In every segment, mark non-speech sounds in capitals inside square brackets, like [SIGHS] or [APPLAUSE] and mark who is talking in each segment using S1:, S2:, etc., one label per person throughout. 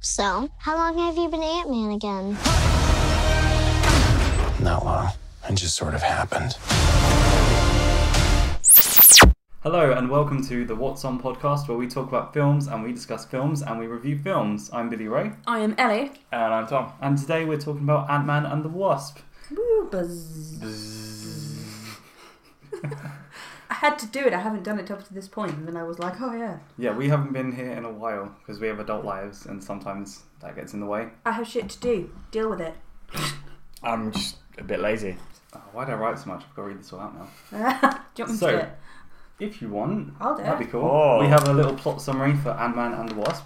S1: so. How long have you been Ant Man again?
S2: Not long. It just sort of happened.
S3: Hello and welcome to the What's On podcast, where we talk about films and we discuss films and we review films. I'm Billy Ray,
S4: I am Ellie.
S5: And I'm Tom.
S3: and today we're talking about Ant Man and the Wasp.
S4: Woo, buzz. I had to do it. I haven't done it up to this point, and then I was like, oh yeah,
S3: Yeah, we haven't been here in a while because we have adult lives, and sometimes that gets in the way.
S4: I have shit to do. Deal with it. [LAUGHS]
S5: I'm just a bit lazy.
S3: Oh, why did I write so much? I've got to read this all out now.
S4: do you want me
S3: So-
S4: to do it?
S3: If you want,
S4: I'll do
S3: that'd be
S4: it.
S3: cool.
S5: Oh.
S3: We have a little plot summary for Ant Man and the Wasp,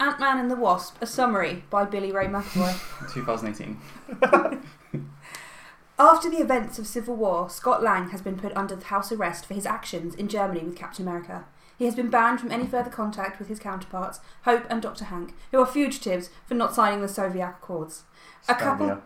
S4: Ant Man and the Wasp: A Summary by Billy Ray McAvoy.
S3: 2018.
S5: [LAUGHS]
S4: After the events of Civil War, Scott Lang has been put under house arrest for his actions in Germany with Captain America. He has been banned from any further contact with his counterparts, Hope and Dr. Hank, who are fugitives for not signing the Soviet Accords. A couple.
S3: Stabia.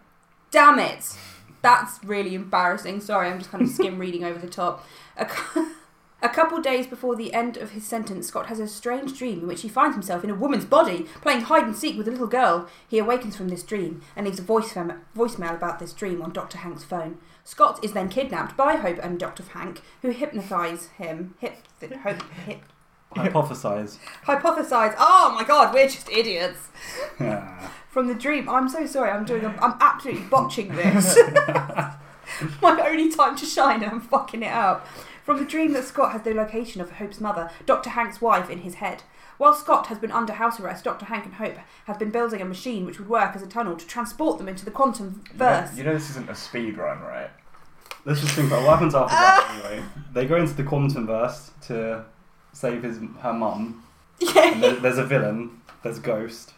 S4: Damn it! That's really embarrassing. Sorry, I'm just kind of skim reading over the top. A, cou- [LAUGHS] a couple days before the end of his sentence, Scott has a strange dream in which he finds himself in a woman's body playing hide and seek with a little girl. He awakens from this dream and leaves a voice fam- voicemail about this dream on Dr. Hank's phone. Scott is then kidnapped by Hope and Dr. Hank, who hypnotize him. Hip, hope, hip,
S3: Hypothesize.
S4: hypothesize. Oh my god, we're just idiots.
S3: Yeah.
S4: From the dream. I'm so sorry. I'm doing. A,
S5: [LAUGHS]
S4: I'm absolutely botching this. [LAUGHS] my only time to shine, and I'm fucking it up. From the dream that Scott has the location of Hope's mother, Dr. Hank's wife, in his head. While Scott has been under house arrest, Dr. Hank and Hope have been building a machine which would work as a tunnel to transport them into the quantum verse. [LAUGHS]
S5: You know, this isn't a speed run, right?
S3: [LAUGHS] Let's just think about what happens after that. Anyway, they go into the quantum verse to save his her mum. And there, there's a villain. There's a ghost.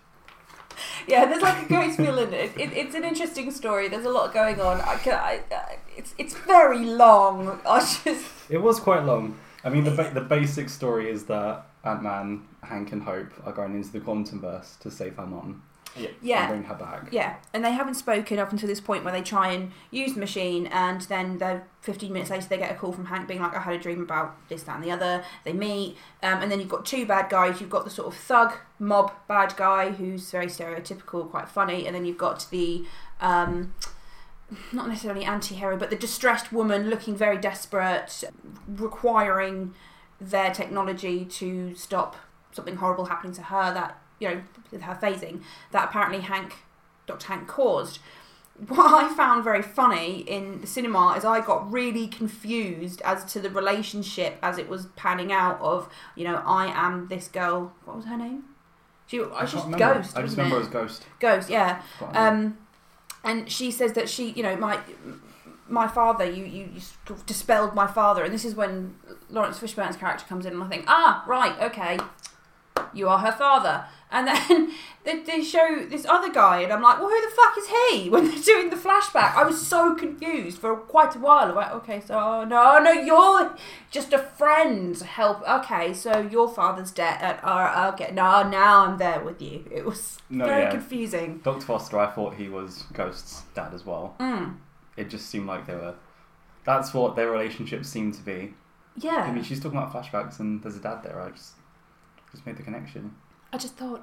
S4: Yeah, there's like a ghost villain. It, it, it's an interesting story. There's a lot going on. I can, I, I, it's it's very long. I just
S3: It was quite long. I mean, the ba- the basic story is that Ant Man, Hank, and Hope are going into the quantum verse to save her mom and
S4: yeah
S3: bring her back.
S4: yeah. And they haven't spoken up until this point where they try and use the machine, and then they're 15 minutes later they get a call from Hank being like, "I had a dream about this, that, and the other." They meet, um, and then you've got two bad guys. You've got the sort of thug mob bad guy who's very stereotypical, quite funny, and then you've got the um, not necessarily anti-hero but the distressed woman looking very desperate requiring their technology to stop something horrible happening to her that you know with her phasing that apparently hank dr hank caused what i found very funny in the cinema is i got really confused as to the relationship as it was panning out of you know i am this girl what was her name she, I was
S3: can't
S4: just
S3: remember.
S4: ghost
S3: I just
S4: wasn't
S3: remember
S4: it?
S3: it was ghost.
S4: ghost yeah
S3: Quite a lot.
S4: um, and she says that she, you know, my my father, you, you you sort of dispelled my father, and this is when Lawrence Fishburne's character comes in, and I think, ah, right, okay, you are her father, and then [LAUGHS] they, they show this other guy, and I'm like, well, who the fuck is he? [LAUGHS] When they're doing the flashback, I was so confused for quite a while. I'm like, okay, so oh, no, no, you're just a friend. Help, okay, so your father's dead. Uh, okay, no, now I'm there with you. It was
S3: No,
S4: very
S3: yeah.
S4: confusing.
S3: Dr. Foster, I thought he was Ghost's dad as well.
S4: Mm.
S3: It just seemed like they were. That's what their relationship seemed to be. I
S4: Yeah.
S3: mean, she's talking about flashbacks and there's a dad there. I just just made the connection.
S4: I just thought.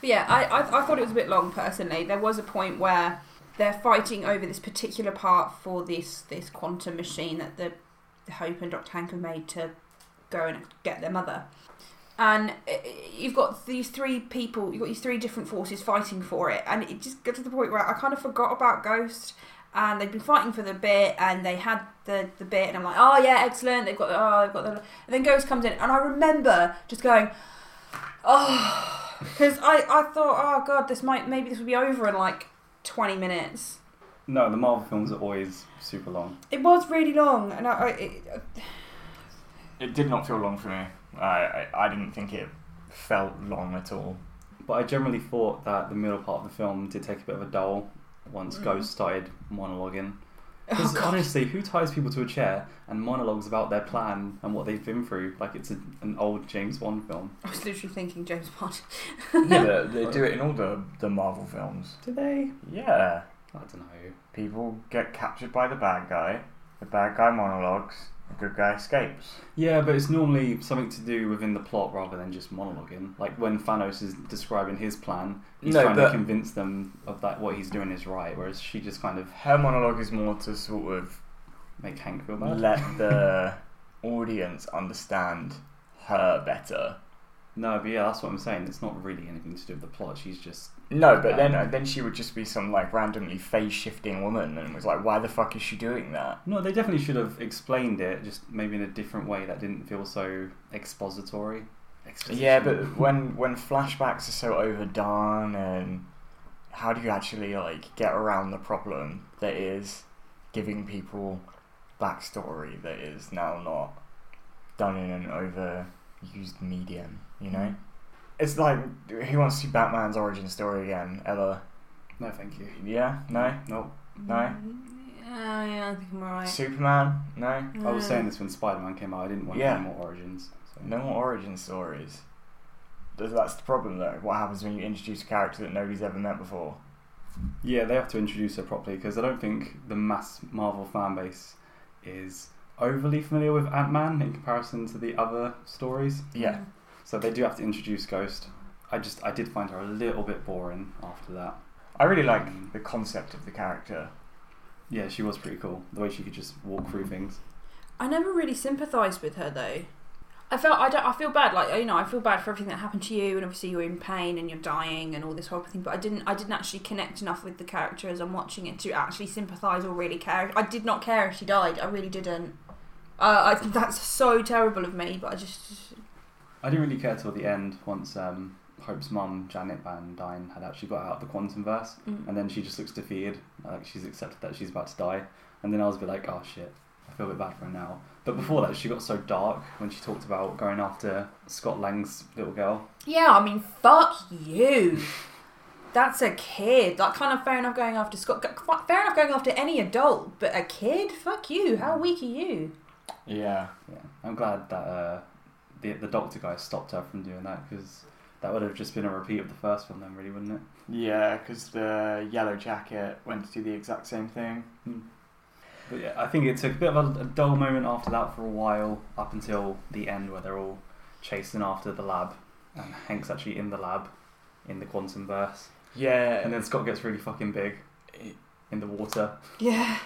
S4: But yeah, I, I, I thought it was a bit long personally. There was a point where they're fighting over this particular part for this this quantum machine that the, the Hope and Dr. Hank have made to go and get their mother. And uh, you've got these three people, you've got these three different forces fighting for it. And it just got to the point where I kind of forgot about Ghost. And they've been fighting for the bit, and they had the, the bit, and I'm like, oh yeah, excellent. They've got the, oh, they've got the. And then Ghost comes in, and I remember just going, Oh, because I, I thought, oh god, this might maybe this will be over in like twenty minutes.
S3: No, the Marvel films are always super long.
S4: It was really long, and I, I it,
S5: It did not feel long for me. I, I, I didn't think it felt long at [LAUGHS] all.
S3: But I generally thought that the middle part of the film did take a bit of a dull once Ghost started monologuing. 'Cause honestly, who ties people to a chair and monologues about their plan and what they've been through like it's a, an old James Bond film?
S4: I was literally thinking James Bond. [LAUGHS]
S5: [LAUGHS] yeah, they, they do it in all the, the Marvel films.
S3: Do they?
S5: Yeah.
S3: I don't know.
S5: People get captured by the bad guy, the bad guy monologues, the good guy escapes.
S3: Yeah, but it's normally something to do within the plot rather than just monologuing. Like when Thanos is describing his plan, he's
S5: No,
S3: trying
S5: but-
S3: to convince them of that what he's doing is right, whereas she just kind of
S5: Her monologue is more to sort of
S3: make Hank feel bad.
S5: let [LAUGHS] the audience understand her better.
S3: No, but yeah, that's what I'm saying. It's not really anything to do with the plot. She's just
S5: No, but then then she would just be some like randomly phase shifting woman, and it was like, why the fuck is she doing that?
S3: no. They definitely should have explained it, just maybe in a different way that didn't feel so expository. Exposition.
S5: Yeah, but when when flashbacks are so overdone, and how do you actually like get around the problem that is giving people backstory that is now not done in an overused medium? You know, it's like who wants to see Batman's origin story again ever?
S3: no, thank you.
S5: Yeah, no,
S3: No,
S5: no.
S4: Oh, yeah, I think I'm alright.
S5: Superman, no.
S3: I was saying this when Spider-Man came out. I didn't want
S5: Yeah.
S3: any more origins. So.
S5: No more origin stories. Th- That's the problem, though. What happens when you introduce a character that nobody's ever met before?
S3: Yeah, they have to introduce her properly because I don't think the mass Marvel fan base is overly familiar with Ant Man in comparison to the other stories.
S5: Yeah.
S3: So they do have to introduce Ghost. I just I did find her a little bit boring after that.
S5: I really like the concept of the character.
S3: Yeah, she was pretty cool. The way she could just walk through things.
S4: I never really sympathised with her though. I felt I don't. I feel bad. Like you know, I feel bad for everything that happened to you, and obviously you're in pain and you're dying and all this horrible thing. But I didn't. I didn't actually connect enough with the character as I'm watching it to actually sympathise or really care. I did not care if she died. I really didn't. Uh, I, that's so terrible of me. But I just.
S3: I didn't really care till the end once um, Hope's mum Janet Van Dyne had actually got out of the Quantum Verse,
S4: Mm.
S3: and then she just looks defeated. Like she's accepted that she's about to die, and then I was a bit like, oh shit, I feel a bit bad for her now. But before that, she got so dark when she talked about going after Scott Lang's little girl.
S4: Yeah, I mean, fuck you. That's a kid. Like, kind of fair enough going after Scott. Fair enough going after any adult, but a kid? Fuck you. How weak are you?
S5: Yeah.
S3: Yeah, I'm glad that uh, the the doctor guy stopped her from doing that because that would have just been a repeat of the first one, then, really, wouldn't it?
S5: Yeah, because the Yellow Jacket went to do the exact same thing.
S3: But yeah, I think it took a bit of a, a dull moment after that for a while, up until the end where they're all chasing after the lab, and Hank's actually in the lab, in the quantum verse,
S5: Yeah,
S3: and then Scott gets really fucking big, in the water.
S4: Yeah.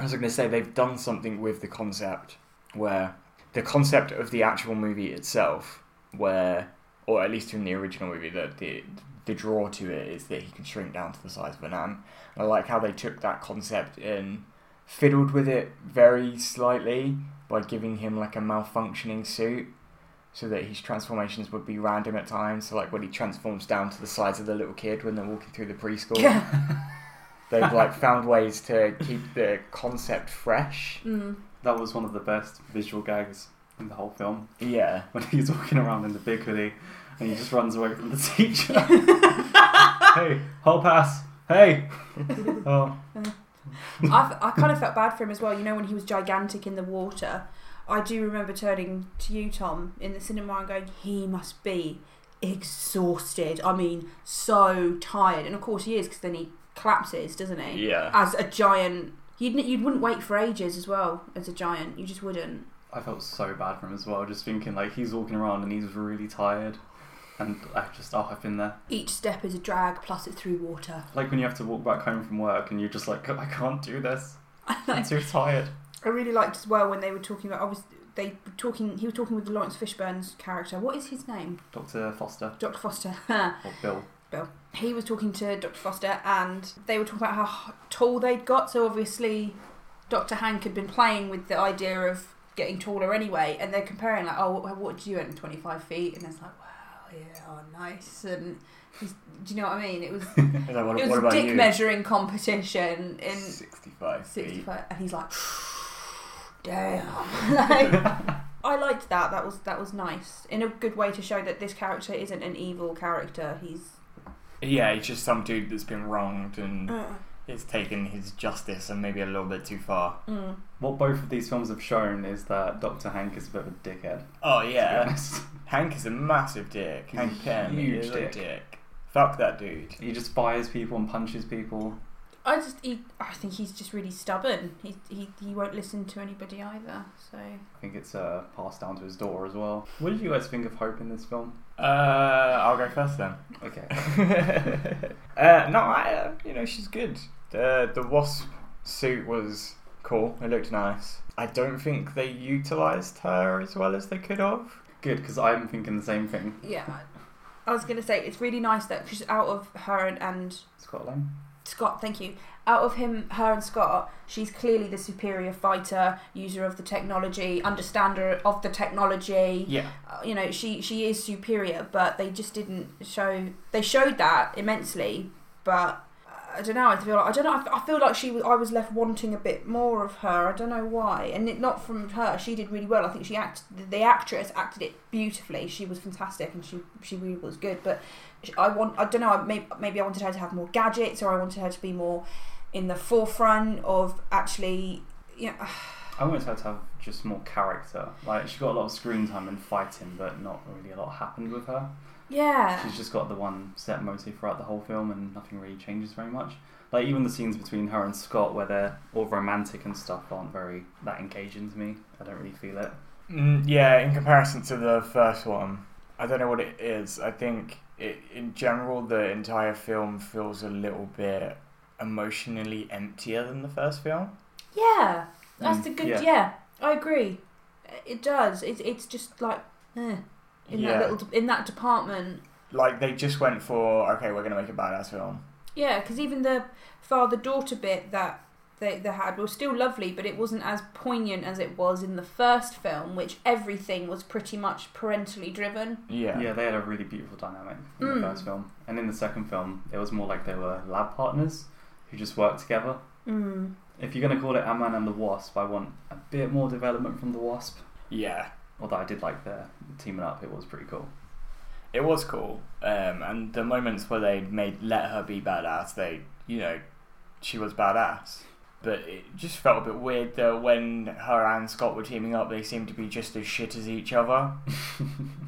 S5: I was going to say they've done something with the concept where the concept of the actual movie itself, where or at least in the original movie, that the the draw to it is that he can shrink down to the size of an ant. And I like how they took that concept and fiddled with it very slightly by giving him like a malfunctioning suit. So that his transformations would be random at times. So, like when he transforms down to the size of the little kid when they're walking through the preschool,
S4: Yeah.
S5: they've
S4: [LAUGHS]
S5: like found ways to keep the concept fresh.
S4: Mm.
S3: That was one of the best visual gags in the whole film
S5: Yeah.
S3: when he's walking around in the big hoodie and he just runs away from the teacher. hey, whole pass. Hey. [LAUGHS] oh,
S4: I, I kind of felt bad for him as well. You know, when he was gigantic in the water, I do remember turning to you, Tom, in the cinema and going, he must be exhausted. I mean, so tired. And of course he is, because then he collapses, doesn't he?
S5: Yeah.
S4: As a giant. You'd, you wouldn't wait for ages as well as a giant. You just wouldn't.
S3: I felt so bad for him as well. Just thinking like he's walking around and he's really tired, and I just oh I've been there.
S4: Each step is a drag, plus it's through water.
S3: Like when you have to walk back home from work and you're just like, I can't do this. I'm too tired.
S4: I really liked as well when they were talking about. Obviously, they were talking. He was talking with Lawrence Fishburne's character. What is his name?
S3: Dr. Foster,
S4: Dr. Foster. [LAUGHS]
S3: or Bill.
S4: Bill. He was talking to Dr. Foster and they were talking about how h- tall they'd got. So obviously, Dr. Hank had been playing with the idea of getting taller anyway. And they're comparing, like, oh, what, what did you end? 25 feet? And it's like, wow, yeah, oh, nice. And he's, do you know what I mean? It
S5: [LAUGHS]
S4: was,
S5: I was like,
S4: it
S5: what, what
S4: was a
S5: about
S4: dick
S5: you?
S4: measuring competition in
S5: 65. feet.
S4: 65. And he's like, [SIGHS] damn. like,
S5: [LAUGHS]
S4: I liked that. That was that was nice in a good way to show that this character isn't an evil character. He's
S5: Yeah, he's just some dude that's been wronged
S4: Uh.
S5: and it's taken his justice and maybe a little bit too far.
S4: Mm.
S3: What both of these films have shown is that Dr. Hank is a bit of a dickhead.
S5: Oh,
S3: To be
S5: yeah.
S3: honest. [LAUGHS]
S5: Hank is a massive dick.
S3: He's
S5: Hank
S3: a
S5: Pym
S3: huge
S5: is a
S3: dick.
S5: dick. Fuck that dude.
S3: He just fires people and punches people.
S4: I just he, I think he's just really stubborn. He, he he won't listen to anybody either. So
S3: I think it's uh, passed down to his daughter as well. What did you guys think of Hope in this film?
S5: Uh, I'll go first then.
S3: Okay.
S5: [LAUGHS] uh, no, I, uh, you know, she's good. The the wasp suit was cool. It looked nice. I don't think they utilized her as well as they could have.
S3: [LAUGHS] Good, because I'm thinking the same thing.
S4: yeah, I- I was gonna say it's really nice that because out of her and, and
S3: Scotland.
S4: Scott, thank you. Out of him, her and Scott, she's clearly the superior fighter, user of the technology, understander of the technology.
S5: Yeah.
S4: Uh, You know, she she is superior, but they just didn't show. They showed that immensely, but uh, I don't know. I feel like, I don't know. I f- I feel like she was. I was left wanting a bit more of her. I don't know why, and it, not from her. She did really well. I think she acted. The, the actress acted it beautifully. She was fantastic, and she she really was good. But I want I don't know maybe, maybe I wanted her to have more gadgets or I wanted her to be more in the forefront of actually you know, [SIGHS]
S3: I wanted her to have just more character. Like she got a lot of screen time and fighting, but not really a lot happened with her.
S4: yeah
S3: She's just got the one set motive throughout the whole film, and nothing really changes very much. Like even the scenes between her and Scott, where they're all romantic and stuff, aren't very that engaging to me. I don't really feel it.
S5: Mm, yeah, in comparison to the first one, I don't know what it is. I think it, in general, the entire film feels a little bit emotionally emptier than the first film.
S4: yeah that's the
S3: Mm,
S4: good yeah.
S3: yeah.
S4: I agree it does it's it's just like eh, in
S5: Yeah.
S4: that little in that department
S5: Like they just went for okay, we're gonna make a badass film.
S4: Yeah, because even the father daughter bit that they, they had was still lovely, but it wasn't as poignant as it was in the first film, which everything was pretty much parentally driven.
S5: Yeah.
S3: Yeah, they had a really beautiful dynamic in
S4: Mm.
S3: the first film, and in the second film, it was more like they were lab partners who just worked together.
S4: Mm.
S3: If you're gonna call it Ant-Man and the Wasp, I want a bit more development from the Wasp.
S5: Yeah.
S3: Although I did like their teaming up; it was pretty cool.
S5: It was cool, um, and the moments where they made let her be badass, they you know, she was badass. But it just felt a bit weird that when her and Scott were teaming up, they seemed to be just as shit as each other.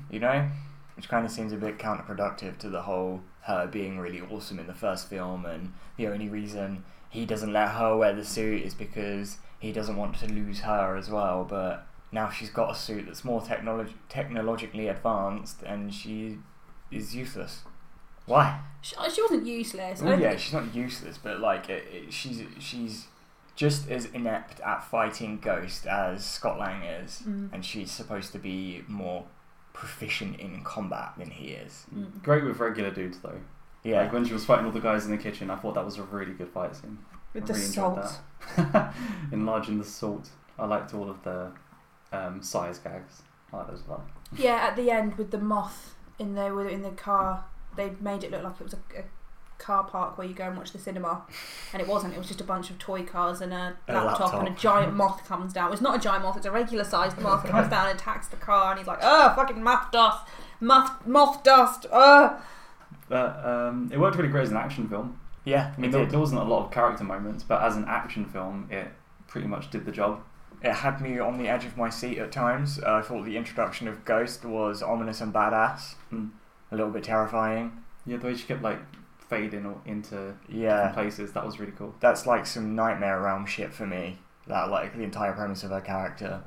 S5: you know, which kind of seems a bit counterproductive to the whole her being really awesome in the first film, and the only reason he doesn't let her wear the suit is because he doesn't want to lose her as well. But now she's got a suit that's more technolog- technologically advanced and she is useless. Why?
S4: She, she wasn't useless. I
S5: Well,
S4: don't
S5: yeah,
S4: think-
S5: she's not useless, but like it, it, she's she's just as inept at fighting Ghost as Scott Lang is,
S4: Mm.
S5: and she's supposed to be more proficient in combat than he is.
S4: Mm.
S3: Great with regular dudes though.
S5: Yeah,
S3: Like when she was fighting all the guys in the kitchen, I thought that was a really good fight scene.
S4: With
S3: I
S4: the
S3: really enjoyed
S4: salt.
S3: that. [LAUGHS] Enlarging the salt. I liked all of the um, size gags. I like those a lot.
S4: Yeah, at the end with the moth in there with in the car, they made it look like it was a, a car park where you go and watch the cinema, and it wasn't. It was just a bunch of toy cars and a,
S5: A
S4: laptop, and a
S5: laptop.
S4: giant moth comes down. It's not a giant moth; it's a regular sized moth comes down and attacks the car, and he's like, "Oh, fucking moth dust, moth moth dust." Oh,
S3: But um, it worked really great as an action film.
S5: yeah.
S3: I mean,
S5: it
S3: there,
S5: did.
S3: there wasn't a lot of character moments, but as an action film, it pretty much did the job.
S5: It had me on the edge of my seat at times. Uh, I thought the introduction of Ghost was ominous and badass,
S3: Mm.
S5: a little bit terrifying.
S3: Yeah, the way she kept like fading or- into
S5: Yeah,
S3: different places, that was really cool.
S5: that's like some nightmare realm shit for me. That like the entire premise of her character.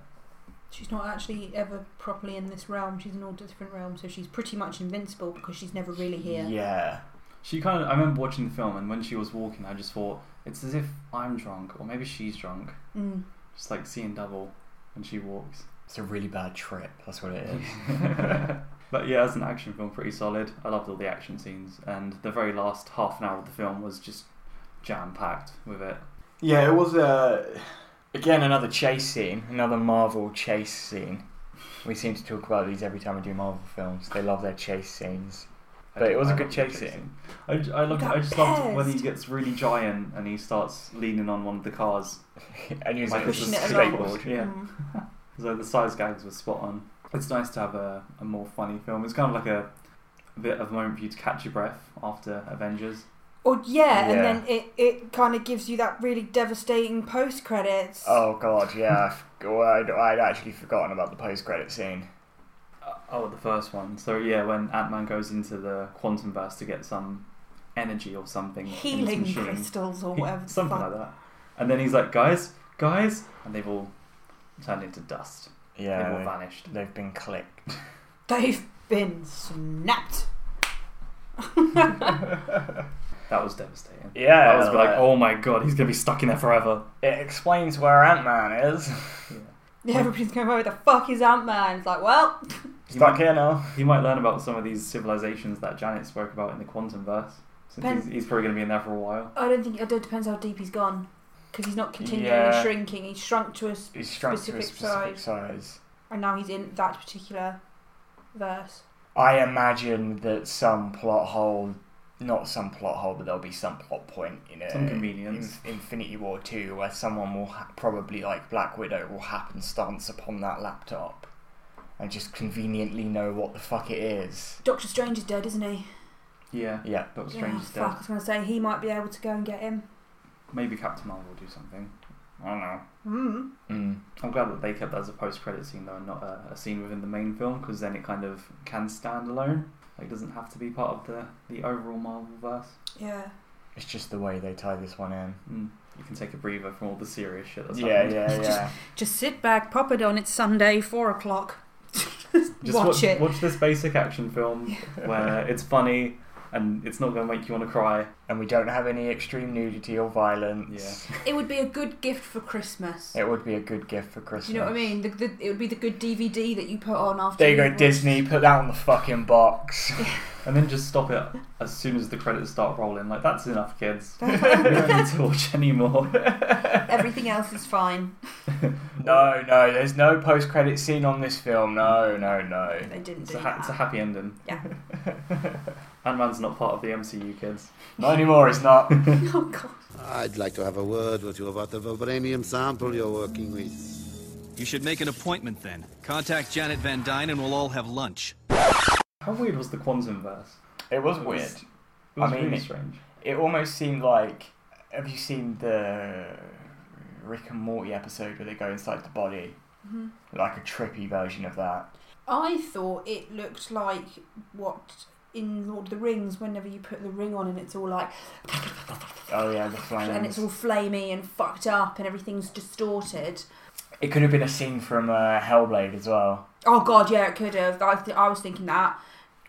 S4: she's not actually ever properly in this realm. She's in all different realms, so she's pretty much invincible because she's never really here.
S5: Yeah.
S3: She kind of, I remember watching the film, and when she was walking, I just thought, it's as if I'm drunk, or maybe she's drunk.
S4: Mm.
S3: Just like seeing double when she walks.
S5: It's a really bad trip. That's what it is.
S3: [LAUGHS] but yeah, as an action film, pretty solid. I loved all the action scenes, and the very last half an hour of the film was just jam packed with it.
S5: [LAUGHS] yeah, it was uh, again another chase scene, another Marvel chase scene. We seem to talk about these every time we do Marvel films. They love their chase scenes.
S3: I
S5: But
S3: do-
S5: it was
S3: I
S5: a good
S3: loved the
S5: chase scene.
S3: I, I, loved,
S4: got
S3: I just loved when he
S4: pissed.
S3: gets really giant and he starts leaning on one of the cars.
S5: and [LAUGHS] using
S3: Like
S5: it as
S4: pushing
S5: a
S4: it along.
S5: skateboard.
S3: Yeah.
S4: Mm.
S3: So the size gags were spot on. It's nice to have a, a more funny film. It's kind of like a, a bit of a moment for you to catch your breath after Avengers.
S4: Or yeah,
S5: Yeah.
S4: and then it, it kind of gives you that really devastating post credits.
S5: Oh god, yeah. I f- well, I'd, I'd actually forgotten about the post-credit scene.
S3: Uh, Oh, the first one. So yeah, when Ant Man goes into the quantum verse to get some energy or something. in this
S4: Healing
S3: machine.
S4: crystals or
S3: He-
S4: whatever.
S3: [LAUGHS]
S4: the
S3: something
S4: fuck.
S3: like that. And then he's like, guys, guys, and they've all turned into dust. they've all
S5: Yeah,
S3: vanished.
S5: they, they've been clicked.
S4: They've been snapped.
S3: [LAUGHS] That was devastating.
S5: Yeah,
S3: I was like,
S5: like-
S3: oh my god, he's gonna be stuck in there forever. [LAUGHS]
S5: It explains where Ant Man [LAUGHS] is.
S4: Yeah, everybody's going, where the fuck is Ant Man? It's like, well,
S3: He
S5: Stuck
S3: might-
S5: here now.
S3: He might learn about some of these civilizations that Janet spoke about in the quantum verse. Since
S4: Ben-
S3: he's, he's probably gonna be in there for a while.
S4: I don't think, it depends how deep he's gone. Because he's not continually
S5: Yeah.
S4: shrinking. He's shrunk to us,
S5: He's shrunk to a
S4: Specific
S5: specific size.
S4: and now he's in that particular verse.
S5: I imagine that some plot hole, not some plot hole, but there'll be some plot point in it.
S3: Some convenience.
S5: In Infinity War 2 where someone will ha- probably, like Black Widow, will happenstance upon that laptop and just conveniently know what the fuck it is.
S4: Doctor Strange is dead, isn't he?
S3: Yeah.
S5: Yeah.
S3: Doctor
S4: Yeah,
S3: Strange is dead.
S4: Fuck, I was going to say, he might be able to go and get him.
S3: Maybe Captain Marvel will do something.
S5: I don't know.
S3: Mm-hmm.
S4: Mm.
S5: Mm.
S3: I'm glad that they kept that as a post-credit scene though, and not a, a scene within the main film, because then it kind of can stand alone. Like, it doesn't have to be part of the, the overall Marvel verse.
S4: Yeah.
S5: It's just the way they tie this one in.
S3: Mm. You can take a breather from all the serious shit that's
S5: Yeah,
S3: happened.
S5: yeah, yeah.
S4: Just sit back, pop it on. It's Sunday, four o'clock.
S3: Just
S4: watch, it.
S3: Watch this basic action
S4: [LAUGHS]
S3: film where it's funny and it's not going to make you want to cry.
S5: and we don't have any extreme nudity or violence.
S4: It would be a good gift for Christmas.
S5: It would be a good gift for Christmas.
S4: Do you know what I mean? The, the, it would be the good DVD that you put on after.
S5: There you go,
S4: watched-
S5: Disney. Put that on the fucking
S4: [LAUGHS]
S5: box.
S3: [LAUGHS] And then just stop it as soon as the credits start rolling. Like, that's enough, kids.
S4: [LAUGHS]
S3: we don't need to watch anymore.
S4: Everything else is fine.
S5: [LAUGHS] No, no, there's no post credit scene on this film. No, no, no.
S4: They didn't
S3: It's
S4: do
S3: a, ha-
S4: that.
S3: it's a happy ending.
S4: Yeah.
S3: [LAUGHS] Ant-Man's not part of the MCU, kids.
S5: Not anymore, it's not.
S4: [LAUGHS] oh god.
S6: I'd like to have a word with you about the vibranium sample you're working with.
S7: You should make an appointment then. Contact Janet Van Dyne and we'll all have lunch.
S3: How weird was the Quantum verse?
S5: It was weird.
S3: It was
S5: I mean,
S3: really
S5: it-
S3: strange.
S5: It almost seemed like. Have you seen the Rick and Morty episode where they go inside the body?
S4: Mm-hmm.
S5: Like a trippy version of that.
S4: I thought it looked like what in Lord of the Rings, whenever you put the ring on and it's all like,
S5: Oh, yeah, the flames.
S4: and it's all flamey and fucked up and everything's distorted.
S5: It could have been a scene from uh, Hellblade as well.
S4: Oh god, yeah, it could have. I, th- I was thinking that.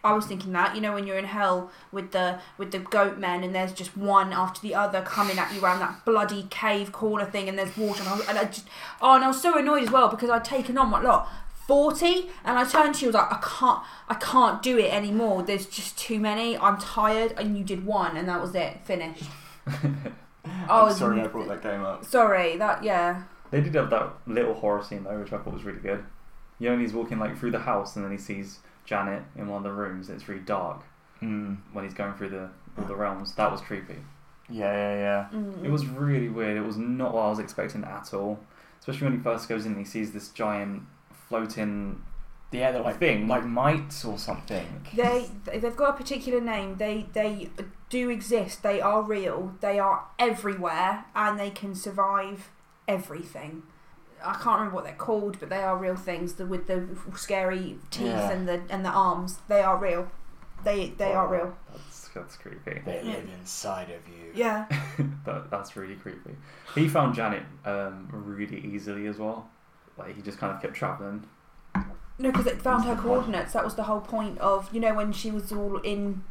S4: I was thinking that. You know, when you're in hell with the with the goat men, and there's just one after the other coming at you around that bloody cave corner thing, and there's water, and I, was, and I just oh, and I was so annoyed as well because I'd taken on what lot. 40 and I turned to you I was like I can't I can't do it anymore there's just too many I'm tired and you did one and that was it
S5: [LAUGHS]
S4: finished I was
S5: Sorry, I brought that game up.
S4: sorry that yeah
S3: They did have that little horror scene though, which I thought was really good. Yoni's walking like through the house, and then he sees Janet in one of the rooms. It's really dark
S5: Hmm.
S3: when he's going through the all the realms. That was creepy.
S5: Yeah, yeah, yeah.
S3: It was really weird. It was not what I was expecting at all. Especially when he first goes in, and he sees this giant floating.
S5: Yeah, they're like
S3: Thing.
S5: like mites or something.
S4: they they've got a particular name they they do exist they are real they are everywhere and they can survive everything i can't remember what they're called but they are real things the, with the scary teeth
S5: Yeah.
S4: and the and the arms they are real they they are real
S3: That's that's creepy.
S5: They live inside of you.
S4: yeah
S3: that, that's really creepy. He found Janet um, really easily as well. Like he just kind of kept traveling.
S4: no because it found her coordinates that was the whole point of you know when she was all in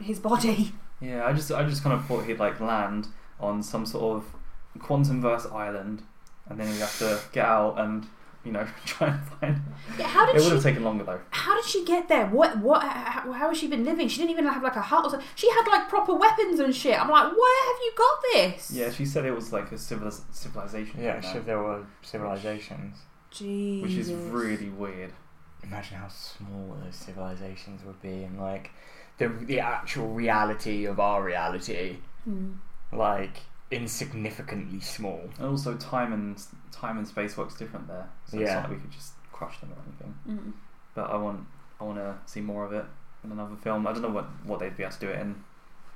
S4: his body
S3: Yeah, I just I just kind of thought he'd like land on some sort of quantum verse island, and then he'd have to get out and you know [LAUGHS] try and find.
S4: yeah, how
S3: It
S4: did
S3: would
S4: she
S3: have taken longer though.
S4: how did she get there? What what? How, how has she been living? She didn't even have like a hut. Or something. She had like proper weapons and shit. I'm like, where have you got this?
S3: Yeah, she said it was like a civiliz- civilization.
S5: Yeah,
S3: thing,
S5: so
S3: though,
S5: there were civilizations.
S4: Jesus.
S3: which is really weird.
S5: Imagine how small those civilizations would be, and like the the actual reality of our reality,
S4: Mm.
S5: like insignificantly small.
S3: And also, time and time and space works different there, so it's
S5: Yeah.
S3: not like we could just crush them or anything.
S4: Mm.
S3: But I want I want to see more of it in another film. I don't know what what they'd be able to do it in.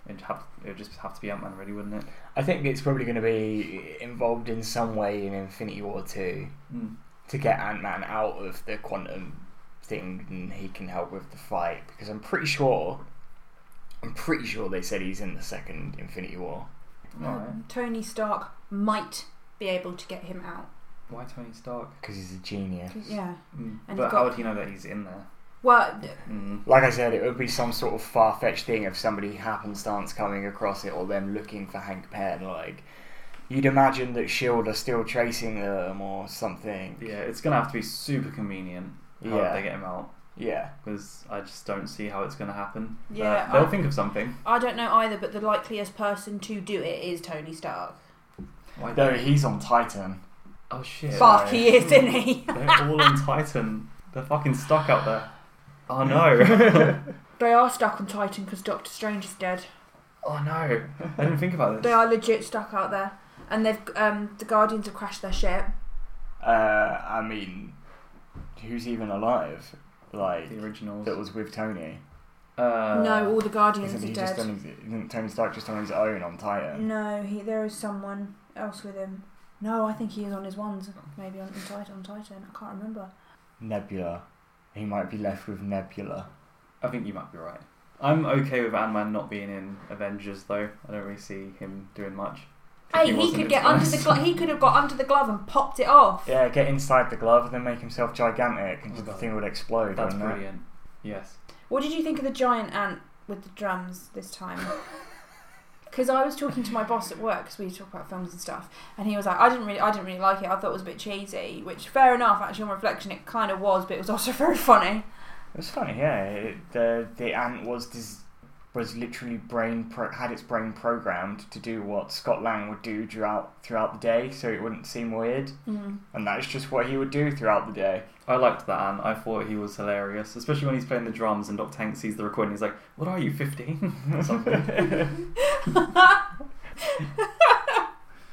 S3: It'd have it would just have to be Ant Man, really, wouldn't it?
S5: I think it's probably going to be involved in some way in Infinity War two
S3: Mm.
S5: to get Ant Man out of the quantum thing, and he can help with the fight because I'm pretty sure I'm pretty sure they said he's in the second Infinity War.
S3: Alright.
S4: Tony Stark might be able to get him out.
S3: Why Tony Stark?
S5: Because he's a genius.
S4: Yeah.
S3: Mm, but
S4: And you've
S3: how
S4: got-
S3: would he know that he's in there?
S4: Well,
S3: Mm.
S5: Like I said, it would be some sort of far fetched thing if somebody happenstance coming across it or them looking for Hank Penn. Like, you'd imagine that S.H.I.E.L.D. E are still tracing them or something.
S3: Yeah, it's gonna have to be super convenient how
S5: Yeah.
S3: they get him out
S5: Yeah.
S3: because I just don't see how it's gonna happen. But
S4: Yeah,
S3: they'll
S4: I-
S3: think of something.
S4: I don't know either, but the likeliest person to do it is Tony Stark.
S3: Why
S5: No, he's on Titan.
S3: Oh shit!
S4: Fuck, he is, isn't he? [LAUGHS]
S3: They're all on Titan. They're fucking stuck out there. Oh [LAUGHS] no!
S4: they are stuck on Titan because Doctor Strange is dead.
S3: oh no! I didn't think about
S4: They
S3: this.
S4: are legit stuck out there, and they've um, the Guardians have crashed their ship.
S5: Uh, I mean, who's even alive? Like,
S3: The originals.
S5: that was with Tony.
S3: Uh,
S4: no, all the Guardians
S5: Isn't
S4: are
S5: he just
S4: dead.
S5: on his, isn't Tony Stark just on his own on Titan?
S4: No, he, there is someone else with him. No, I think he is on his ones. Maybe on, on Titan. On Titan, I can't remember.
S5: Nebula. He might be left with Nebula.
S3: I think you might be right. I'm okay with Ant Man not being in Avengers though. I don't really see him doing much. If
S4: Hey, he
S3: wasn't
S4: could
S3: in
S4: get under the
S3: space.
S4: glo- he could have got under the glove and popped it off.
S5: Yeah, get inside the glove and then make himself gigantic and
S3: Oh,
S5: the
S3: God.
S5: thing would explode.
S3: That's
S5: wouldn't it?
S3: brilliant. Yes.
S4: What did you think of the giant ant with the drums this time? Because I was talking to my boss at work because we talk about films and stuff, and he was like, "I didn't really, I didn't really like it. I thought it was a bit cheesy." Which, fair enough, actually, on reflection, it kind of was, but it was also [LAUGHS] very funny.
S5: It was funny, yeah. It, the the ant was dis- was literally brain pro- had its brain programmed to do what Scott Lang would do throughout throughout the day, so it wouldn't seem weird.
S4: Mm.
S5: And that's just what he would do throughout the day.
S3: I liked that Ant. I thought he was hilarious, especially when he's playing the drums and Doc Tank sees the recording. He's like, "What are you, 15? [LAUGHS] or
S5: [LAUGHS]
S3: something?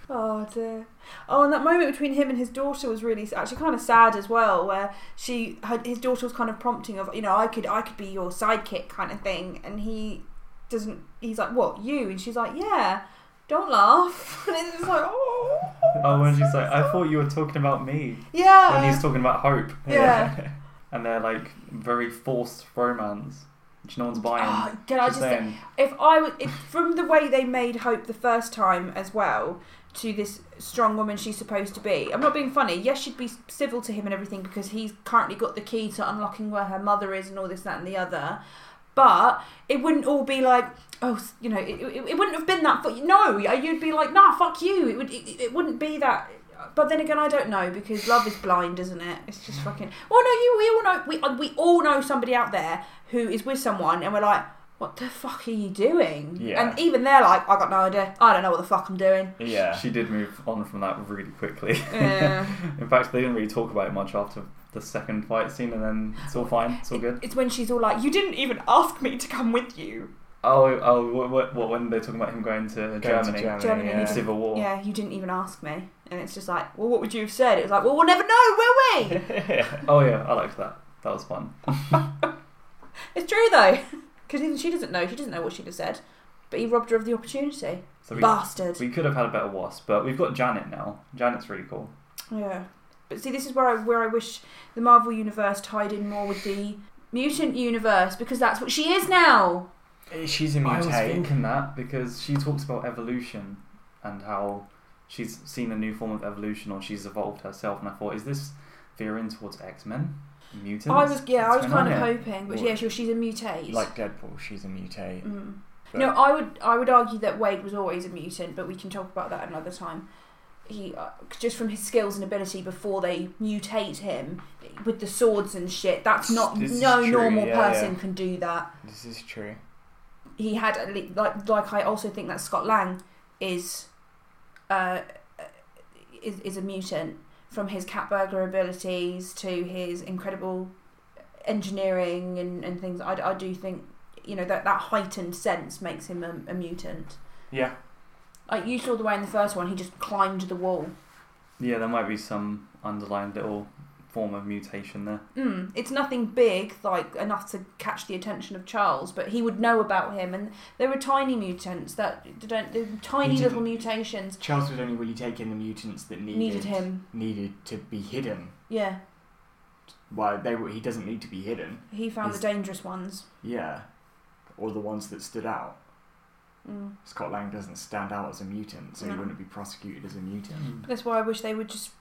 S4: Oh dear. Oh, and that moment between him and his daughter was really actually kind of sad as well, where she, her, his daughter was kind of prompting of, you know, I could, I could be your sidekick kind of thing, and he doesn't. He's like, "What you?" And she's like, "Yeah." Don't laugh. [LAUGHS] And it's like, oh.
S3: oh, when
S4: that's
S3: she's
S4: so
S3: like, "I
S4: sad."
S3: thought you were talking about me."
S4: Yeah.
S3: when he's talking about hope.
S4: Yeah.
S3: [LAUGHS] and they're like very forced romance, which no one's buying.
S4: Oh, can I
S3: Just
S4: just say,
S3: saying.
S4: if I was, if from the way they made Hope the first time as well to this strong woman she's supposed to be, I'm not being funny. Yes, she'd be civil to him and everything because he's currently got the key to unlocking where her mother is and all this, that, and the other. But it wouldn't all be like, oh, s- you know, it, it, it wouldn't have been that. But no, you'd be like, nah, fuck you. It would, it, it wouldn't be that. But then again, I don't know because love is blind, isn't it? It's just fucking. Well, no, you. We all know. We uh, we all know somebody out there who is with someone, and we're like, "What the fuck are you doing?"
S5: Yeah.
S4: And even they're like, "I got no idea. I don't know what the fuck I'm doing."
S5: Yeah.
S3: She did move on from that really quickly.
S4: [LAUGHS] Yeah.
S3: In fact, they didn't really talk about it much after the second fight scene, and then it's all fine, it's all good.
S4: It's when she's all like, "You didn't even ask me to come with you."
S3: Oh, oh, what, what, what when they're talking about him going to
S5: Going to
S3: Germany,
S4: Germany
S5: yeah.
S4: needs to-
S3: Civil War?
S4: Yeah, you didn't even ask me, and it's just like, "Well, what would you have said?" It was like, "Well, we'll never know, will we?"
S3: Oh yeah, I liked that. That was fun.
S4: it's true though, because even she doesn't know. She doesn't know what she'd have said, but he robbed her of the opportunity.
S3: So we,
S4: Bastard.
S3: we could have had a better wasp, but we've got Janet now. Janet's really cool.
S4: Yeah, but see, this is where I where I wish the Marvel universe tied in more with the mutant universe because that's what she is now.
S5: She's a
S3: I was
S5: mutate.
S3: thinking that because she talks about evolution and how she's seen a new form of evolution or she's evolved herself, and I thought, is this veering towards X Men, mutants?
S4: I was yeah, I was
S3: What's going
S4: kind of
S3: on here?
S4: hoping, but yeah, she, she's a mutate.
S5: Like Deadpool, she's a mutate.
S4: Mm.
S5: But-
S4: no, I would I would argue that Wade was always a mutant, but we can talk about that another time. He uh, just from his skills and ability before they mutate him with the swords and shit. That's not
S5: This is
S4: no
S5: true,
S4: normal
S5: yeah,
S4: person
S5: yeah.
S4: can do that.
S5: This is true.
S4: he had at least, like like I also think that Scott Lang is uh is, is a mutant from his catburglar abilities to his incredible engineering and, and things I, I do think you know that that heightened sense makes him a, a mutant
S5: Yeah.
S4: like you saw the way in the first one he just climbed the wall
S3: Yeah, there might be some underlying little form of mutation there.
S4: mm, it's nothing big, like enough to catch the attention of Charles, but he would know about him. And there were tiny mutants that don't, they're tiny
S5: He
S4: little
S5: didn't-
S4: mutations
S5: Charles would only really take in the mutants that needed
S4: needed him.
S5: needed to be hidden.
S4: Yeah,
S5: Why they were, he doesn't need to be hidden.
S4: he found
S5: He's-
S4: the dangerous ones.
S5: Yeah. or the ones that stood out. Scott Lang doesn't stand out as a mutant, so he
S4: Mm. No.
S5: wouldn't be prosecuted as a
S3: Hmm.
S5: mutant.
S4: That's why I wish they would just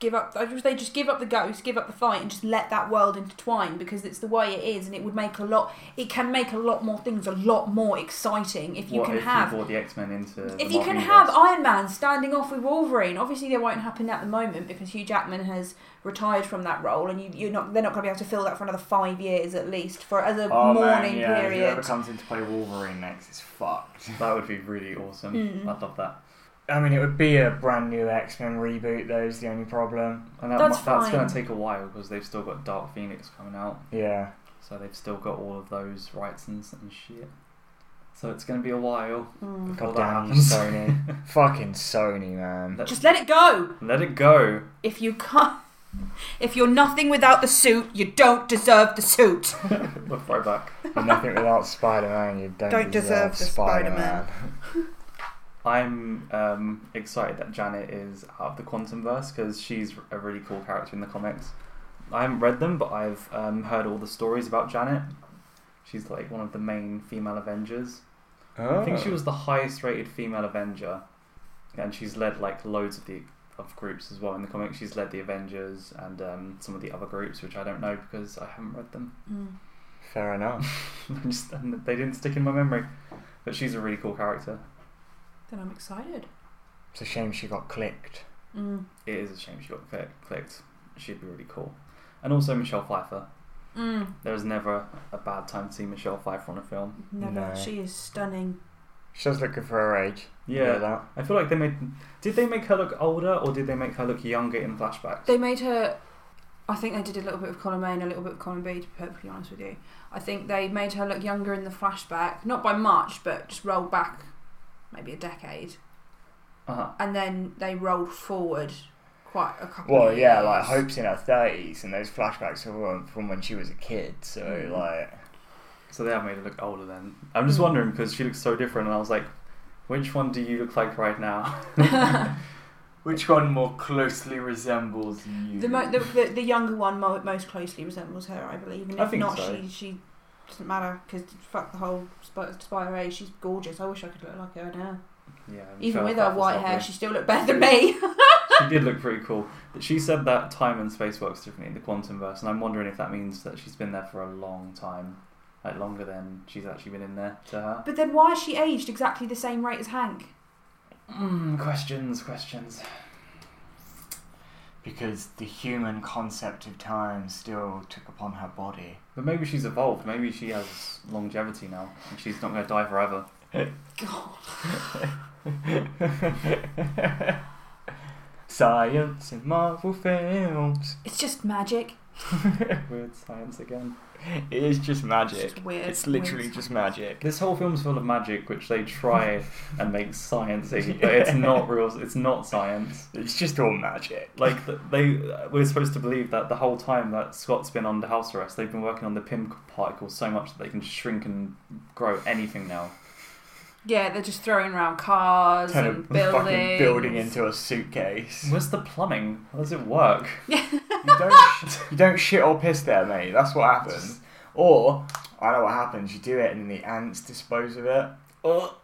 S4: give up. I wish they just give up the ghost, give up the fight, and just let that world intertwine because it's the way it is, and it would make a lot. It can make a lot more things a lot more exciting if you
S3: what
S4: can
S3: if
S4: have.
S3: you brought the X Men into the
S4: if you can
S3: Marvel
S4: have
S3: universe?
S4: Iron Man standing off with Wolverine, obviously that won't happen at the moment because Hugh Jackman has retired from that role, and you, you're not they're not going to be able to fill that for another five years at least for as a
S5: Oh
S4: mourning
S5: man, yeah, whoever
S4: period.
S5: comes in to play Wolverine next is fucked.
S3: that would be really awesome.
S4: Hmm.
S3: I'd love that.
S5: [LAUGHS] I mean, it would be a brand new X Men reboot, though, is the only problem.
S3: And that,
S4: That's
S3: mu- that's going
S4: fine.
S3: to take a while because they've still got Dark Phoenix coming out,
S5: Yeah.
S3: so they've still got all of those rights and, and shit. So it's going to be a while before that
S5: Goddamn
S3: happens.
S5: Sony. [LAUGHS] Fucking Sony, man.
S3: Let,
S4: Just let it go.
S3: let it go.
S4: If you can't, if you're nothing without the suit, you don't deserve the suit.
S3: We're throwback.
S5: You're nothing without Spider Man, you don't,
S4: Don't deserve the
S5: Spider-Man.
S3: I'm um, excited that Janet is out of the quantum verse because she's a really cool character in the comics. I haven't read them, but I've um, heard all the stories about Janet. She's like one of the main female Avengers.
S5: Oh.
S3: I think she was the highest rated female Avenger, and she's led like loads of the of groups as well in the comics. She's led the Avengers and um, some of the other groups, which I don't know because I haven't read them. [LAUGHS]
S5: Fair enough.
S3: I just- they didn't stick in my memory. But she's a really cool character.
S4: Then I'm excited.
S5: It's a shame she got clicked.
S4: Mm.
S3: It is a shame she got cli- clicked. She'd be really cool. And also Michelle Pfeiffer.
S4: Mm,
S3: There is never a bad time to see Michelle Pfeiffer on a film.
S4: never.
S5: No.
S4: She is stunning.
S5: She does look good for her age.
S3: Yeah.
S5: that.
S3: I feel like they made. Did they make her look older or did they make her look younger in flashbacks?
S4: They made her. I think they did a little bit of column A and a little bit of column B. To be perfectly honest with you, I think they made her look younger in the flashback, not by much, but just rolled back maybe a decade,
S3: Uh-huh.
S4: and then they rolled forward quite a couple.
S5: Well,
S4: of
S5: yeah, like
S4: years.
S5: Hope's in her thirties, and those flashbacks are from- from when she was a kid. So like,
S3: So they have made her look older then. I'm
S4: Hmm.
S3: just wondering because she looks so different and I was like, which one do you look like right
S4: [LAUGHS]
S3: now? [LAUGHS]
S5: which one more closely resembles you?
S4: The, mo- the, the the younger one mo- most closely resembles her, I believe. And if
S3: I think
S4: not,
S3: so.
S4: she she doesn't matter because fuck the whole sp- Spider A. She's gorgeous. I wish I could look like her now.
S3: yeah. Michelle
S4: Even with her
S3: Pfeiffer's
S4: white
S3: lovely.
S4: hair, she still looked better than me. [LAUGHS]
S3: she did look pretty cool. But She said that time and space works differently in the quantum verse, and I'm wondering if that means that she's been there for a long time, like longer than she's actually been in there to her.
S4: but then why is she aged exactly the same rate as Hank?
S5: Hmm,
S3: Mm, questions, questions.
S5: because the human concept of time still took upon her body.
S3: But maybe she's evolved. Maybe she has longevity now, and she's not going to die forever.
S4: God.
S5: Science and Marvel films.
S4: It's just magic.
S3: Weird science again.
S5: It is just magic.
S4: It's just weird.
S5: It's literally
S4: Weird
S5: just magic.
S3: This whole film's full of magic, which they try and make sciencey, but it's not real. It's not science.
S5: It's just all magic.
S4: [LAUGHS]
S3: Like th- they, we're supposed to believe that the whole time that Scott's been under house arrest, they've been working on the Pym particle so much that they can shrink and grow anything now.
S4: Yeah, they're just throwing around cars
S5: Turn
S4: and
S5: a
S4: buildings.
S5: fucking building into a suitcase.
S4: [LAUGHS]
S3: Where's the plumbing? How does it work?
S5: You don't, you don't shit or piss there, mate. That's what happens. Or I know what happens. You do it, and the ants dispose of it.
S4: But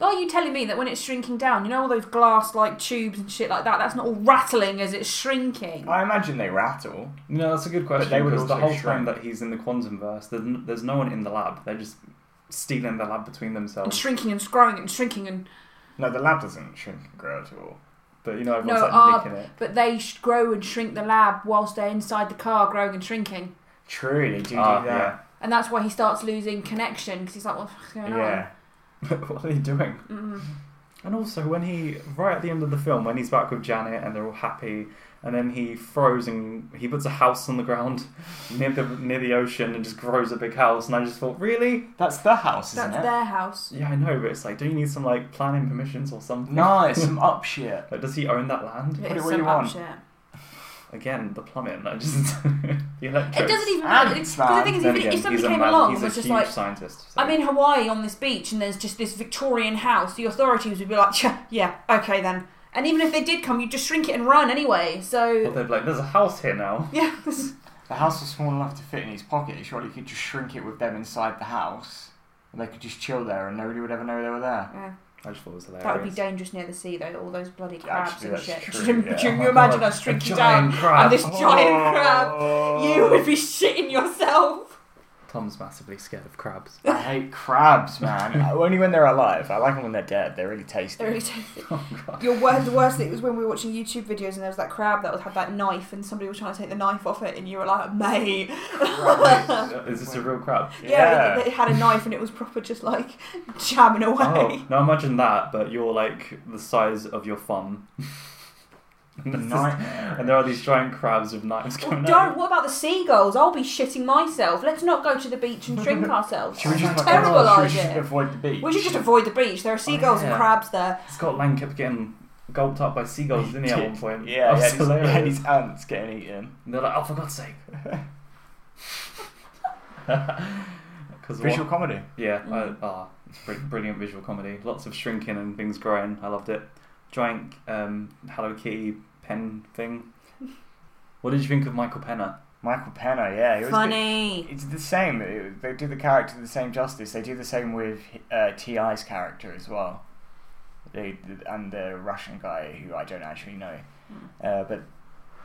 S4: are you telling me that when it's shrinking down, you know all those glass like tubes and shit like that? That's not all rattling as it's shrinking.
S5: I imagine they rattle.
S3: No, that's a good
S5: they
S3: question
S5: would
S3: because the
S5: also
S3: whole time
S5: shrink.
S3: that he's in the quantum verse, there's, n- there's no one in the lab. They're just stealing the lab between
S4: and
S3: themselves.
S4: shrinking and growing and shrinking and
S5: No, the lab doesn't shrink and grow at all.
S3: But you know,
S4: no,
S3: everyone's like
S4: ah,
S5: uh,
S3: nicking it.
S4: but they sh- grow and shrink the lab whilst they're inside the car growing and shrinking,
S5: True, they do
S3: Ah,
S5: do that.
S4: and that's why he starts losing connection because he's like, "What's going
S5: Yeah.
S4: on?"
S3: [LAUGHS] what are they doing?
S4: Mm-hmm.
S3: And also, when he right at the end of the film, when he's back with Janet and they're all happy, and then he throws and he puts a house on the
S4: [LAUGHS]
S3: ground near the near the ocean and just grows a big house. And I just thought, really?
S5: That's the house, isn't
S4: That's
S5: it?
S4: their house.
S3: Yeah, I know, but it's like, do you need some like planning permissions or something?
S5: No, it's some up shit.
S3: Like, does he own that land?
S4: It's
S5: it where
S4: some
S5: you
S4: up
S5: want.
S4: shit.
S3: Again, the plumbing. I just [LAUGHS] the electric.
S4: It doesn't even
S5: Ants,
S4: matter because the thing is,
S3: Then
S4: if,
S3: again,
S4: if somebody
S3: he's a
S4: came
S3: man-
S4: along
S3: he's
S4: and
S3: a
S4: was just
S3: huge
S4: like,
S3: scientist. so-
S4: "I'm in Hawaii on this beach and there's just this Victorian house," the authorities would be like, "Yeah, "Yeah, okay then." And even if they did come, you'd just shrink it and run anyway.
S3: But
S4: So
S3: they're like, there's a house here now.
S4: [LAUGHS] yeah,
S5: The house was small enough to fit in his pocket. Surely he could just shrink it with them inside the house, and they could just chill there, and nobody would ever know they were there.
S4: [LAUGHS] Yeah.
S3: I just thought it was hilarious.
S4: That would be dangerous near the sea, though. All those bloody crabs
S5: Actually,
S4: and
S5: that's
S4: shit. [LAUGHS]
S5: true,
S4: Can
S5: yeah.
S4: can
S3: Oh
S4: you
S3: my
S4: imagine
S3: God,
S4: us
S3: a
S4: shrinking down
S3: giant crab.
S4: and this giant crab?
S5: Oh.
S4: You would be shitting yourself.
S3: Tom's massively scared of
S4: [LAUGHS]
S3: crabs. [LAUGHS]
S5: I hate crabs, man. Uh, Only when they're alive. I like them when they're dead. They're really tasty.
S4: They're really tasty. Your worst, the worst thing was when we were watching YouTube videos and there was that crab that had that knife and somebody was trying to take the knife off it and you were like, mate.
S3: Is this a real crab?
S4: [LAUGHS] Yeah,
S5: Yeah.
S4: It, it had a knife and it was proper just like jamming away.
S3: Oh, now imagine that, but you're like the size of your thumb. [LAUGHS] and, this is-
S5: Nightmare. Oh,
S3: and there are these giant crabs with knives
S4: Well,
S3: coming out.
S4: don't. What about the seagulls? I'll be shitting myself. Let's not go to the beach and
S5: [LAUGHS]
S4: drink ourselves.
S5: Should we just, like,
S4: terrible
S5: should we
S4: idea.
S5: just avoid the beach?
S4: We should
S5: [LAUGHS]
S4: just avoid the beach. There are seagulls
S3: yeah.
S4: and crabs there.
S3: Scott Lang kept getting gulped up by seagulls, didn't he, at
S5: [LAUGHS]
S3: one point?
S5: Yeah,
S3: That was
S5: yeah, these,
S3: hilarious.
S5: yeah, [LAUGHS] these ants getting eaten.
S3: And they're like, oh, for God's
S5: [LAUGHS]
S3: sake. [LAUGHS] Because
S5: Visual Mm. comedy.
S3: Yeah, I, ah, it's br- brilliant visual comedy. Lots of shrinking and things growing. I loved it. Giant um, Hello Kitty pen
S5: [LAUGHS]
S3: thing. What did you think of Michael Penner?
S5: Michael Penner, yeah, he was
S4: Funny.
S5: good. It's the same. it- They do the character the same justice. They do the same with uh, Ti's character as well. They and the Russian guy who I don't actually know, uh, but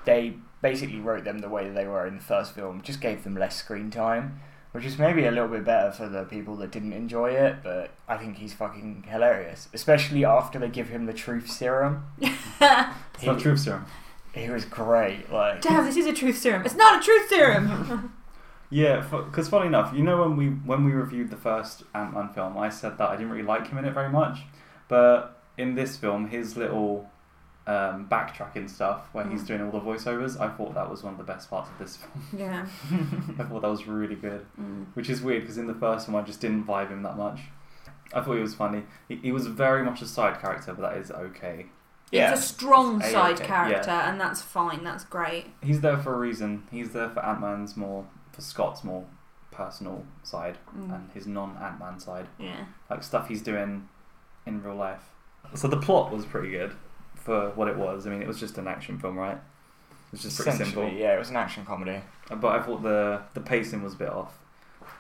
S5: they basically wrote them the way they were in the first film. Just gave them less screen time, which is maybe a little bit better for the people that didn't enjoy it. But I think he's fucking hilarious, especially after they give him the truth serum.
S3: It's not truth serum.
S5: He was great. Like
S4: Damn, this is a truth serum. It's not a truth serum.
S3: Yeah, because funny enough, you know when we when we reviewed the first Ant Man film, I said that I didn't really like him in it very much, but in this film, his little um, backtracking stuff where he's doing all the voiceovers, I thought that was one of the best parts of this film.
S4: [LAUGHS]
S3: [LAUGHS]
S4: yeah.
S3: I thought that was really good, which is weird because in the first one, I just didn't vibe him that much. I thought he was funny. He, he was very much a side character, but that is okay.
S5: yeah,
S4: It's a strong
S3: It's a-
S4: side
S3: yeah.
S4: character, and that's fine. That's great.
S3: He's there for a reason. He's there for Ant Man's more, for Scott's more personal side and his non Ant Man side.
S4: Yeah.
S3: like stuff he's doing in real life. So the plot was pretty good for what it was. I mean, it was just an action film, right? It was just pretty
S5: essentially,
S3: simple.
S5: yeah, it was an action comedy.
S3: But I thought the the pacing was a bit off.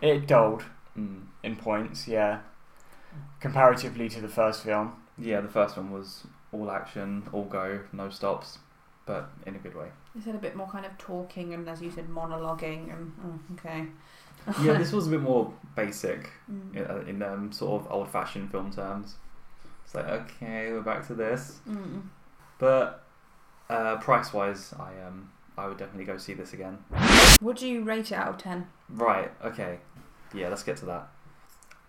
S5: It dulled.
S3: Mm.
S5: in points, yeah. Comparatively to the first film.
S3: Yeah, the first one was all action, all go, no stops, but in a good way.
S4: They said a bit more kind of talking and, as you said, monologuing. And oh, okay.
S3: yeah, this was a bit more basic
S4: Mm.
S3: in, uh, in um, sort of old fashioned film terms. It's like, okay, we're back to this.
S4: Mm.
S3: But uh, price wise, I um, I would definitely go see this again.
S4: Would you rate it out of ten?
S3: Right, okay. Yeah, let's get to that.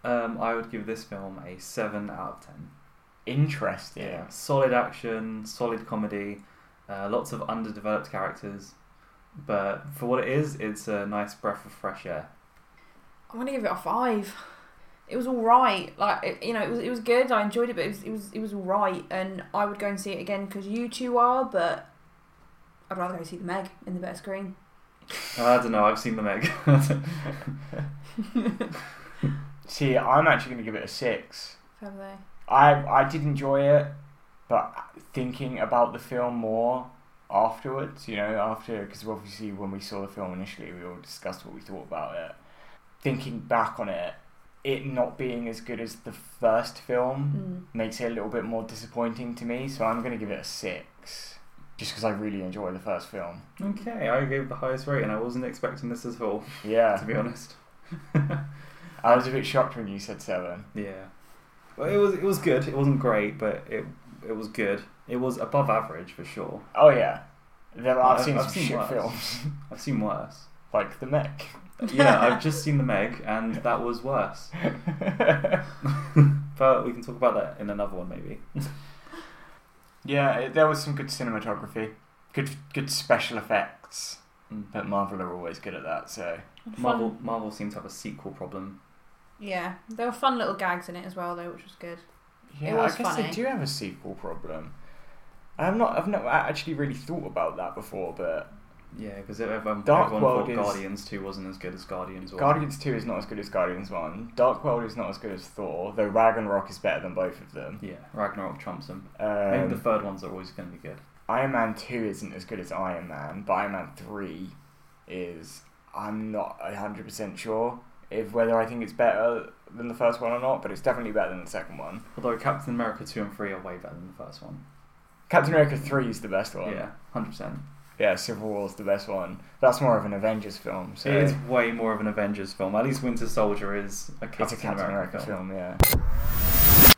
S3: Um, I would give this film a 7 out of 10.
S5: Interesting.
S3: Solid action, solid comedy, uh, lots of underdeveloped characters. But for what it is, it's a nice breath of fresh air.
S4: I'm gonna give it a five. It was all right. Like it, you know, it was it was good. I enjoyed it, but it was it was it was all right. And I would go and see it again because you two are. But I'd rather go see the Meg in the better screen.
S3: Uh, I don't know, I've seen the Meg. [LAUGHS]
S5: See, I'm actually going to give it a six.
S4: Have they?
S5: I I did enjoy it, but thinking about the film more afterwards, you know, after because obviously when we saw the film initially, we all discussed what we thought about it. Thinking back on it, it not being as good as the first film makes it a little bit more disappointing to me. So I'm going to give it a six, just because I really enjoy the first film.
S3: okay, I gave the highest rate, and I wasn't expecting this at all,
S5: Yeah,
S3: to be honest. [LAUGHS]
S5: I was a bit shocked when you said seven.
S3: Yeah. Well, it was it was good. It wasn't great, but it it was good. It was above average for sure.
S5: Oh yeah, there are
S3: I've-
S5: seen
S3: I've
S5: some
S3: seen
S5: shit
S3: worse.
S5: films
S3: I've seen worse.
S5: like The Mech.
S3: [LAUGHS] yeah, I've just seen the Meg, and that was [LAUGHS] worse. but we can talk about that in another one, maybe.
S5: Yeah, it, there was some good cinematography, good good special effects.
S3: Mm.
S5: But Marvel are always good at that, so
S3: Marvel, Marvel seems to have a sequel problem.
S4: Yeah, there were fun little gags in it as well though, which was good.
S5: yeah,
S4: was
S5: I guess they
S4: funny.
S5: do have a sequel problem. I've not, I've not actually really thought about that before, but
S3: Yeah, because everyone,
S5: Dark
S3: everyone
S5: World
S3: thought
S5: is-
S3: Guardians Two wasn't as good as Guardians. One.
S5: Guardians Two is not as good as Guardians One. Dark World is not as good as Thor, though Ragnarok is better than both of them.
S3: Yeah, Ragnarok trumps them.
S5: Um,
S3: maybe the third ones are always going to be good.
S5: Iron Man 2 isn't as good as Iron Man, but Iron Man 3 is I'm not 100% sure if whether I think it's better than the first one or not, but it's definitely better than the second one.
S3: Although Captain America 2 and 3 are way better than the first one.
S5: Captain America 3 is the best one.
S3: Yeah, 100%.
S5: Yeah, Civil War is the best one. That's more of an Avengers film, so
S3: It is way more of an Avengers film. At least Winter Soldier is a Captain,
S5: it's a Captain America, film, yeah.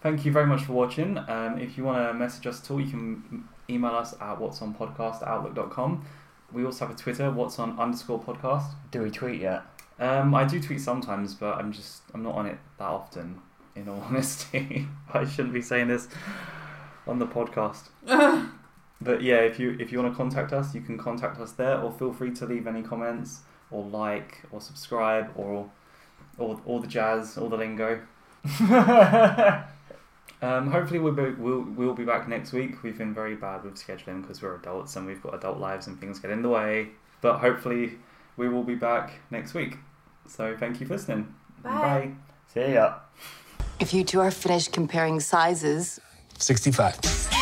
S3: Thank you very much for watching. Um, if you want to message us at all, you can email us at what's on podcast at outlook.com. We also have a Twitter, what's on underscore podcast.
S5: Do we tweet yet?
S3: Um, I do tweet sometimes, but I'm just I'm not on it that often. In all [LAUGHS] honesty, I shouldn't be saying this on the podcast. but yeah, if you if you want to contact us, you can contact us there, or feel free to leave any comments, or like, or subscribe, or all all the jazz, all the lingo. Um, hopefully we'll be, we'll we'll be back next week. We've been very bad with scheduling because we're adults and we've got adult lives and things get in the way. But hopefully we will be back next week. So thank you for listening.
S4: Bye.
S5: See ya.
S8: If you two are finished comparing sizes,
S2: 65.